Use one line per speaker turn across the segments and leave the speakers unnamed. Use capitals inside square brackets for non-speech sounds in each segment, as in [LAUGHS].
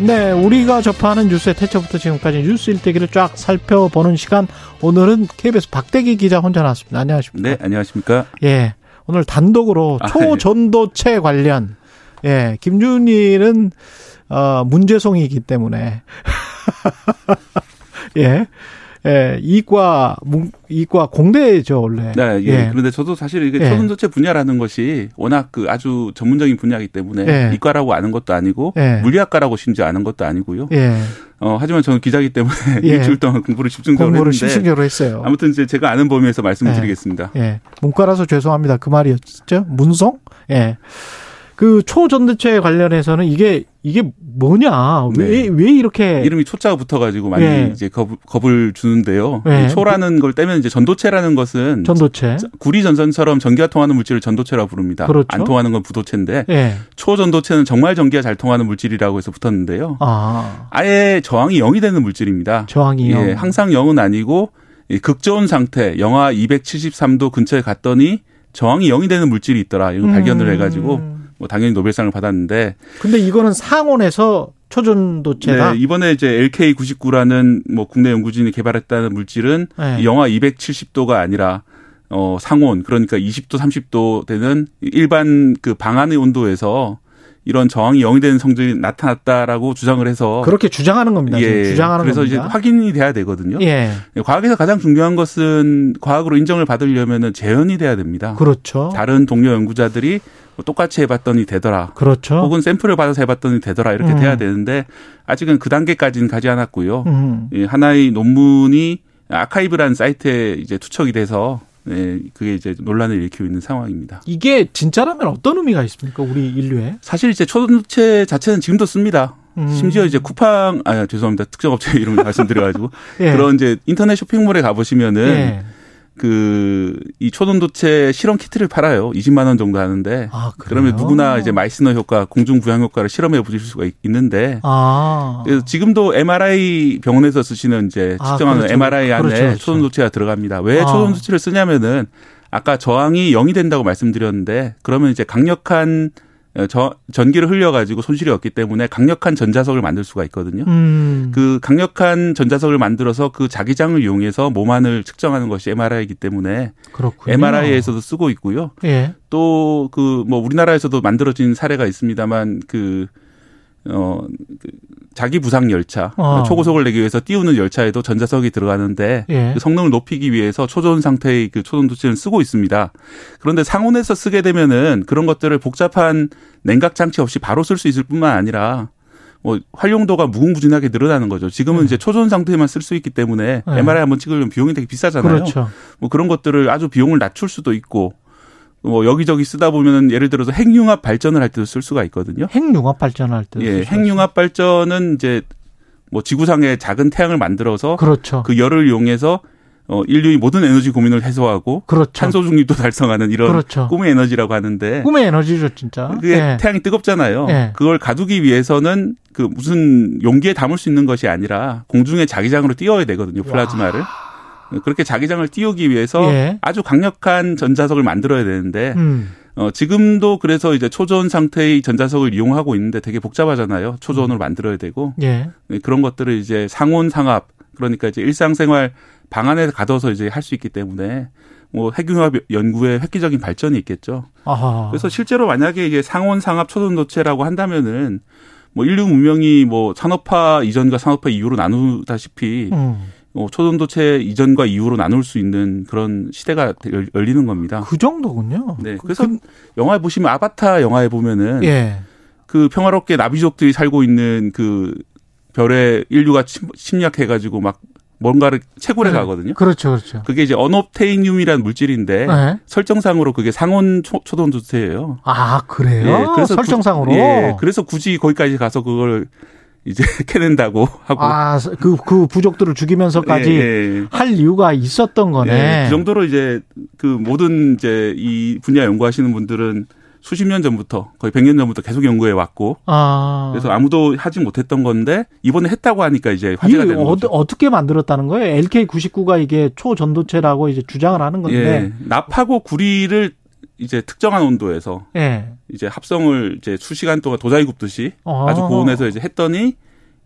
네, 우리가 접하는 뉴스의 태초부터 지금까지 뉴스 일대기를 쫙 살펴보는 시간. 오늘은 KBS 박대기 기자 혼자 나왔습니다. 안녕하십니까?
네, 안녕하십니까?
예, 오늘 단독으로
아,
초전도체 관련 예, 김준일은 어, 문제송이기 때문에 [LAUGHS] 예. 예, 이과, 문, 이과 공대죠, 원래.
네, 예. 그런데 저도 사실 이게
예.
초선도체 분야라는 것이 워낙 그 아주 전문적인 분야이기 때문에
예.
이과라고 아는 것도 아니고
예.
물리학과라고 심지어 아는 것도 아니고요.
예,
어, 하지만 저는 기자이기 때문에 [LAUGHS]
예.
일주일 동안 공부를 집중적으로
공부를
했는데
실신적으로 했어요.
아무튼 이제 제가 아는 범위에서 말씀을
예.
드리겠습니다.
예. 문과라서 죄송합니다. 그 말이었죠? 문성? 예. 그 초전대체 관련해서는 이게, 이게 뭐냐. 왜,
네.
왜 이렇게.
이름이 초자가 붙어가지고 많이
예.
이제 겁, 겁을 주는데요.
예.
이 초라는 걸 떼면 이제 전도체라는 것은
전도체.
구리 전선처럼 전기가 통하는 물질을 전도체라고 부릅니다.
그렇죠.
안 통하는 건 부도체인데
예.
초전도체는 정말 전기가 잘 통하는 물질이라고 해서 붙었는데요.
아.
아예 저항이 0이 되는 물질입니다.
저항이 요
예, 항상 0은 아니고 이 극저온 상태 영하 273도 근처에 갔더니 저항이 0이 되는 물질이 있더라.
음.
이걸 발견을 해가지고 뭐 당연히 노벨상을 받았는데
근데 이거는 상온에서 초전도체다.
네, 이번에 이제 LK99라는 뭐 국내 연구진이 개발했다는 물질은
네.
이 영하 270도가 아니라 어 상온 그러니까 20도 30도 되는 일반 그 방안의 온도에서 이런 저항이 0이 되는 성질이 나타났다라고 주장을 해서 예,
그렇게 주장하는 겁니다. 지금 주장하는
그래서 이제
겁니다.
확인이 돼야 되거든요.
예.
과학에서 가장 중요한 것은 과학으로 인정을 받으려면은 재현이 돼야 됩니다.
그렇죠.
아. 다른 동료 연구자들이 뭐 똑같이 해봤더니 되더라.
그렇죠.
혹은 샘플을 받아서 해봤더니 되더라 이렇게
음.
돼야 되는데 아직은 그 단계까지는 가지 않았고요.
음.
이 하나의 논문이 아카이브라는 사이트에 이제 투척이 돼서 예, 그게 이제 논란을 일으키고 있는 상황입니다.
이게 진짜라면 어떤 의미가 있습니까? 우리 인류에.
사실 이제 초전체 자체는 지금도 씁니다.
음.
심지어 이제 쿠팡 아 죄송합니다 특정업체 [LAUGHS] 이름을 말씀드려가지고
예.
그런 이제 인터넷 쇼핑몰에 가보시면은
예.
그 이 초전도체 실험 키트를 팔아요 20만 원 정도 하는데
아, 그래요?
그러면 누구나 이제 마이스너 효과 공중 부양 효과를 실험해 보실 수가 있- 있는데
아.
그래서 지금도 MRI 병원에서 쓰시는 이제
아,
측정하는
그렇죠.
MRI 안에
그렇죠, 그렇죠.
초전도체가 들어갑니다. 왜
아.
초전도체를 쓰냐면은 아까 저항이 0이 된다고 말씀드렸는데 그러면 이제 강력한 어, 저, 전기를 흘려가지고 손실이 없기 때문에 강력한 전자석을 만들 수가 있거든요.
음.
그 강력한 전자석을 만들어서 그 자기장을 이용해서 몸 안을 측정하는 것이 MRI이기 때문에
그렇군요.
MRI에서도 쓰고 있고요.
예.
또 그 뭐 우리나라에서도 만들어진 사례가 있습니다만 그 어, 그 자기 부상 열차 그러니까
어.
초고속을 내기 위해서 띄우는 열차에도 전자석이 들어가는데
예.
그 성능을 높이기 위해서 초전 상태의 그 초전 도체를 쓰고 있습니다. 그런데 상온에서 쓰게 되면은 그런 것들을 복잡한 냉각 장치 없이 바로 쓸 수 있을 뿐만 아니라 뭐 활용도가 무궁무진하게 늘어나는 거죠.
예.
지금은 이제 초전 상태만 쓸 수 있기 때문에
네.
MRI 한번 찍으려면 비용이 되게 비싸잖아요.
그렇죠.
뭐 그런 것들을 아주 비용을 낮출 수도 있고 뭐 여기저기 쓰다 보면은 예를 들어서 핵융합 발전을 할 때도 쓸 수가 있거든요.
핵융합 발전할 때.
예, 핵융합 발전은 이제 뭐 지구상에 작은 태양을 만들어서 그,
그렇죠.
열을 이용해서 어 인류의 모든 에너지 고민을 해소하고
그렇죠.
탄소 중립도 달성하는 이런
그렇죠.
꿈의 에너지라고 하는데
꿈의 에너지죠, 진짜.
그게
예.
태양이 뜨겁잖아요.
예.
그걸 가두기 위해서는 그 무슨 용기에 담을 수 있는 것이 아니라 공중에 자기장으로 띄워야 되거든요. 플라즈마를. 그렇게 자기장을 띄우기 위해서
예.
아주 강력한 전자석을 만들어야 되는데
음.
어, 지금도 그래서 이제 초전 상태의 전자석을 이용하고 있는데 되게 복잡하잖아요. 초전을
음.
만들어야 되고
예.
네, 그런 것들을 이제 상온 상압 그러니까 이제 일상생활 방 안에 가둬서 이제 할 수 있기 때문에 뭐 핵융합 연구에 획기적인 발전이 있겠죠.
아하.
그래서 실제로 만약에 이게 상온 상압 초전도체라고 한다면은 뭐 인류 문명이 뭐 산업화 이전과 산업화 이후로 나누다시피
음.
어, 초전도체 이전과 이후로 나눌 수 있는 그런 시대가 열- 열리는 겁니다.
그 정도군요.
네. 그래서 음. 영화에 보시면 아바타 영화에 보면은
예.
그 평화롭게 나비족들이 살고 있는 그 별에 인류가 침- 침략해가지고 막 뭔가를 채굴해 가거든요. 네.
그렇죠, 그렇죠.
그게 이제 언옵테이늄이라는 물질인데
예.
설정상으로 그게 상온 초, 초전도체예요.
아, 그래요? 설정상으로.
굳- 예, 그래서 굳이 거기까지 가서 그걸 이제 [LAUGHS] 캐낸다고 하고.
아, 그, 그 부족들을 죽이면서까지
예, 예, 예.
할 이유가 있었던 거네.
예, 그 정도로 이제 그 모든 이제 이 분야 연구하시는 분들은 수십 년 전부터 거의 100년 전부터 계속 연구해 왔고
아.
그래서 아무도 하지 못했던 건데 이번에 했다고 하니까 이제 화제가
이게
되는
어,
거죠.
어떻게 만들었다는 거예요? LK99가 이게 초전도체라고 이제 주장을 하는 건데.
예. 납하고 구리를 이제 특정한 온도에서
예.
이제 합성을 이제 수시간 동안 도자기 굽듯이 아주
어.
고온에서 이제 했더니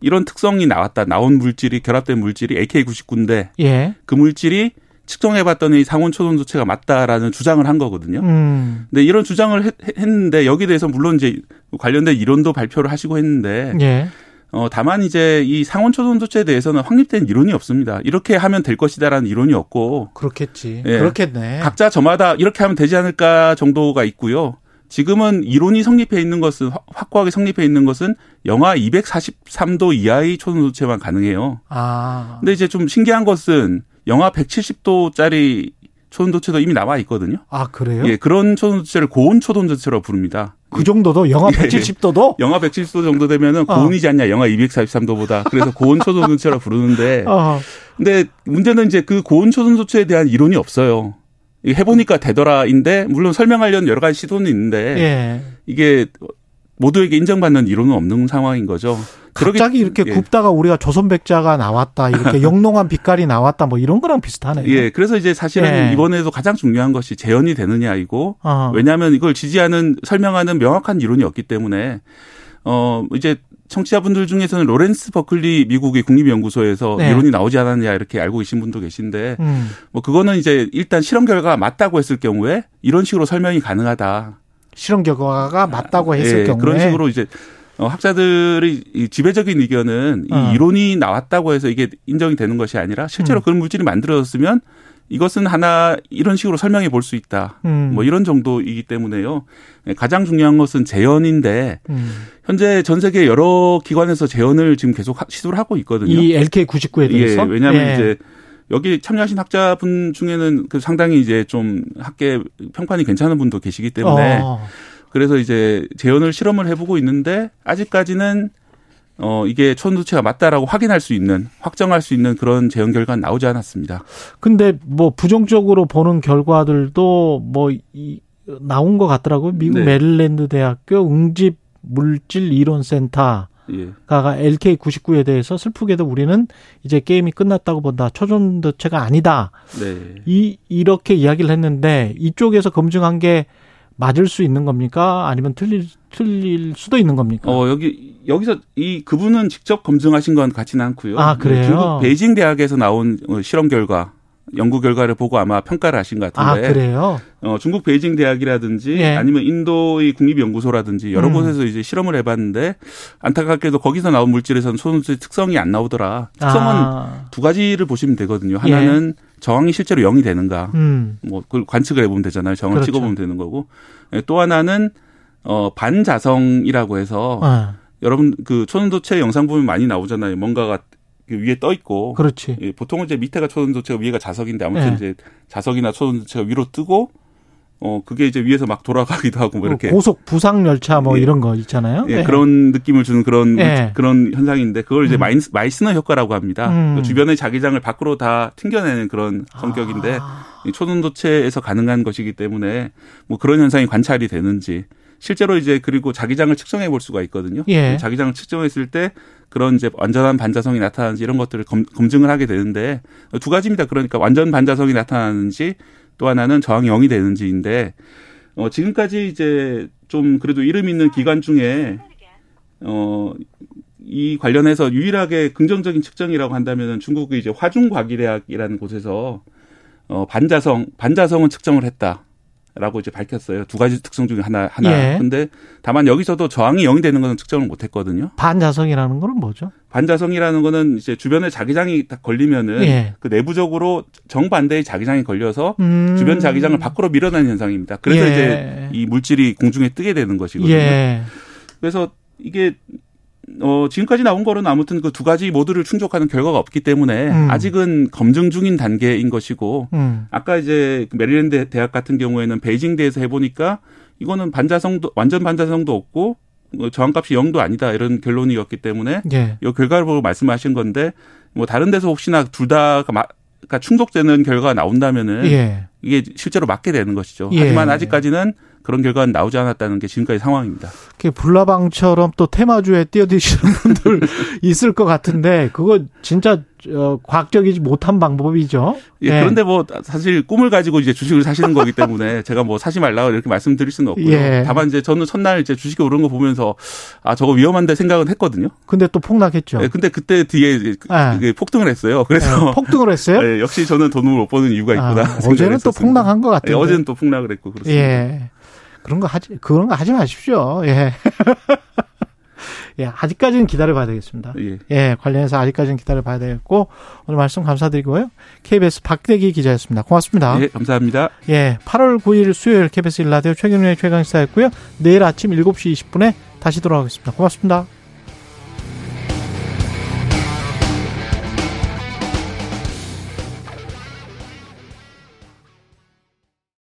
이런 특성이 나왔다. 나온 물질이 결합된 물질이 AK99인데
예.
그 물질이 측정해봤더니 상온 초전 조체가 맞다라는 주장을 한 거거든요.
음.
근데 이런 주장을 했, 는데 여기에 대해서 물론 이제 관련된 이론도 발표를 하시고 했는데
예.
어 다만 이제 이 상온 초전 조체에 대해서는 확립된 이론이 없습니다. 이렇게 하면 될 것이다라는 이론이 없고
그렇겠지.
예.
그렇겠네.
각자 저마다 이렇게 하면 되지 않을까 정도가 있고요. 지금은 이론이 성립해 있는 것은 확- 확고하게 성립해 있는 것은 영하 243도 이하의 초전 조체만 가능해요.
아.
근데 이제 좀 신기한 것은 영하 170도짜리 초전도체도 이미 나와 있거든요.
아, 그래요?
예, 그런 초전도체를 고온 초전도체라고 부릅니다.
그 정도도 영하
예.
170도도?
영하 170도 정도 되면은
어.
고온이지 않냐, 영하 243도보다. 그래서 고온
[LAUGHS]
초전도체라고 부르는데.
어.
근데 문제는 이제 그 고온 초전도체에 대한 이론이 없어요. 이게 해보니까 되더라인데, 물론 설명하려는 여러 가지 시도는 있는데,
예.
이게 모두에게 인정받는 이론은 없는 상황인 거죠. 그러기-
갑자기 이렇게
예.
굽다가 우리가 조선백자가 나왔다.
[LAUGHS]
이렇게 영롱한 빛깔이 나왔다. 뭐 이런 거랑 비슷하네요.
예, 그래서 이제 사실은
예.
이번에도 가장 중요한 것이 재현이 되느냐이고,
어.
왜냐하면 이걸 지지하는 설명하는 명확한 이론이 없기 때문에 어 이제 청취자분들 중에서는 로렌스 버클리 미국의 국립연구소에서
네.
이론이 나오지 않았냐 이렇게 알고 계신 분도 계신데
음.
뭐 그거는 이제 일단 실험 결과가 맞다고 했을 경우에 이런 식으로 설명이 가능하다.
실험 결과가 맞다고 뭐 했을
예,
경우에
그런 식으로 이제 어, 학자들이 이 지배적인 의견은 이
어.
이론이 나왔다고 해서 이게 인정이 되는 것이 아니라 실제로
음.
그런 물질이 만들어졌으면 이것은 하나 이런 식으로 설명해 볼 수 있다.
음.
뭐 이런 정도이기 때문에요. 예, 가장 중요한 것은 재현인데
음.
현재 전 세계 여러 기관에서 재현을 지금 계속 하- 시도를 하고 있거든요.
이 LK99에 대해서
예, 왜냐하면
예.
이제 여기 참여하신 학자분 중에는 그 상당히 이제 좀 학계 평판이 괜찮은 분도 계시기 때문에
어.
그래서 이제 재현을 실험을 해보고 있는데 아직까지는 어 이게 초전도체가 맞다라고 확인할 수 있는 확정할 수 있는 그런 재현 결과는 나오지 않았습니다.
근데 뭐 부정적으로 보는 결과들도 뭐 이, 나온 것 같더라고요. 미국
네.
메릴랜드 대학교 응집 물질 이론 센터
예.
가가 LK99에 대해서 슬프게도 우리는 이제 게임이 끝났다고 본다. 초전도체가 아니다.
네.
이 이렇게 이야기를 했는데 이쪽에서 검증한 게 맞을 수 있는 겁니까? 아니면 틀릴 틀릴 수도 있는 겁니까?
어 여기 여기서 이 그분은 직접 검증하신 건 같지는 않고요.
아, 그래요?
중국 베이징 대학에서 나온 어, 실험 결과, 연구 결과를 보고 아마 평가를 하신 것
아
같은데.
그래요?
어 중국 베이징 대학이라든지
예.
아니면 인도의 국립연구소라든지 여러
음.
곳에서 이제 실험을 해봤는데 안타깝게도 거기서 나온 물질에서는 소수의 특성이 안 나오더라. 특성은
아, 예.
두 가지를 보시면 되거든요. 하나는 저항이 실제로 0이 되는가.
음,
뭐 그걸 관측을 해보면 되잖아요. 저항을
그렇죠.
찍어보면 되는 거고. 예, 또 하나는 어 반자성이라고 해서
아,
여러분 그 초전도체 영상 보면 많이 나오잖아요. 뭔가가 그 위에 떠 있고
그렇지.
예, 보통은 이제 밑에가 초전도체고 위에가 자석인데 아무튼
네.
이제 자석이나 초전도체가 위로 뜨고 어 그게 이제 위에서 막 돌아가기도 하고 뭐 이렇게
그 고속 부상 열차 뭐
예.
이런 거 있잖아요.
예,
어, 네.
그런 느낌을 주는 그런
네.
그런 현상인데 그걸 이제
음.
마이스, 마이스너 효과라고 합니다.
음.
그 주변의 자기장을 밖으로 다 튕겨내는 그런 성격인데
아,
이 초전도체에서 가능한 것이기 때문에 뭐 그런 현상이 관찰이 되는지 실제로 이제 그리고 자기장을 측정해 볼 수가 있거든요. 그
예.
자기장을 측정했을 때 그런 이제 완전한 반자성이 나타나는지 이런 것들을 검, 증을 하게 되는데 두 가지입니다. 그러니까 완전 반자성이 나타나는지 또 하나는 저항이 0이 되는지인데 어 지금까지 이제 좀 그래도 이름 있는 기관 중에 어이 관련해서 유일하게 긍정적인 측정이라고 한다면은 중국의 이제 화중과기대학이라는 곳에서 어, 반자성, 반자성은 측정을 했다. 라고 이제 밝혔어요. 두 가지 특성 중에 하나, 하나.
예.
근데 다만 여기서도 저항이 0이 되는 것은 측정을 못 했거든요.
반자성이라는 거는 뭐죠?
반자성이라는 거는 이제 주변에 자기장이 딱 걸리면은
예.
그 내부적으로 정반대의 자기장이 걸려서
음.
주변 자기장을 밖으로 밀어내는 현상입니다. 그래서
예.
이제 이 물질이 공중에 뜨게 되는 것이거든요.
예.
그래서 이게 어 지금까지 나온 거는 아무튼 그 두 가지 모두를 충족하는 결과가 없기 때문에
음.
아직은 검증 중인 단계인 것이고
음.
아까 이제 그 메릴랜드 대학 같은 경우에는 베이징대에서 해보니까 이거는 반자성도 완전 반자성도 없고 어, 저항값이 0도 아니다 이런 결론이었기 때문에
예.
이 결과를 보고 말씀하신 건데 뭐 다른 데서 혹시나 둘 다가 마- 그러니까 충족되는 결과가 나온다면은
예.
이게 실제로 맞게 되는 것이죠.
예.
하지만 아직까지는 그런 결과는 나오지 않았다는 게 지금까지 상황입니다.
이렇게 [LAUGHS] 불나방처럼 또 테마주에 뛰어드시는 분들 있을 것 같은데 그거 진짜 어, 과학적이지 못한 방법이죠.
예,
예.
그런데 뭐 사실 꿈을 가지고 이제 주식을 사시는 거기 때문에 [LAUGHS] 제가 뭐 사지 말라 이렇게 말씀드릴 수는 없고요.
예.
다만 이제 저는 첫날 이제 주식이 오른 거 보면서 아 저거 위험한데 생각은 했거든요.
근데 또 폭락했죠.
예, 근데 그때 뒤에 이제 그-
예.
그게 폭등을 했어요. 그래서
예, 폭등을 어. 했어요.
[LAUGHS] 예, 역시 저는 돈을 못 버는
아,
이유가 있구나. [LAUGHS] 생각을
어제는 또
했었습니다.
폭락한 것
예,
같아요.
어제는 또 폭락을 했고 그렇습니다.
예. 그런 거 하지, 그런 거 하지 마십시오. 예. [LAUGHS] 예, 아직까지는 기다려봐야 되겠습니다.
예.
예, 관련해서 아직까지는 기다려봐야 되겠고, 오늘 말씀 감사드리고요. KBS 박대기 기자였습니다. 고맙습니다.
예, 감사합니다.
예, 8월 9일 수요일 KBS 일라디오 최경련의 최강시사였고요. 내일 아침 7시 20분에 다시 돌아오겠습니다. 고맙습니다.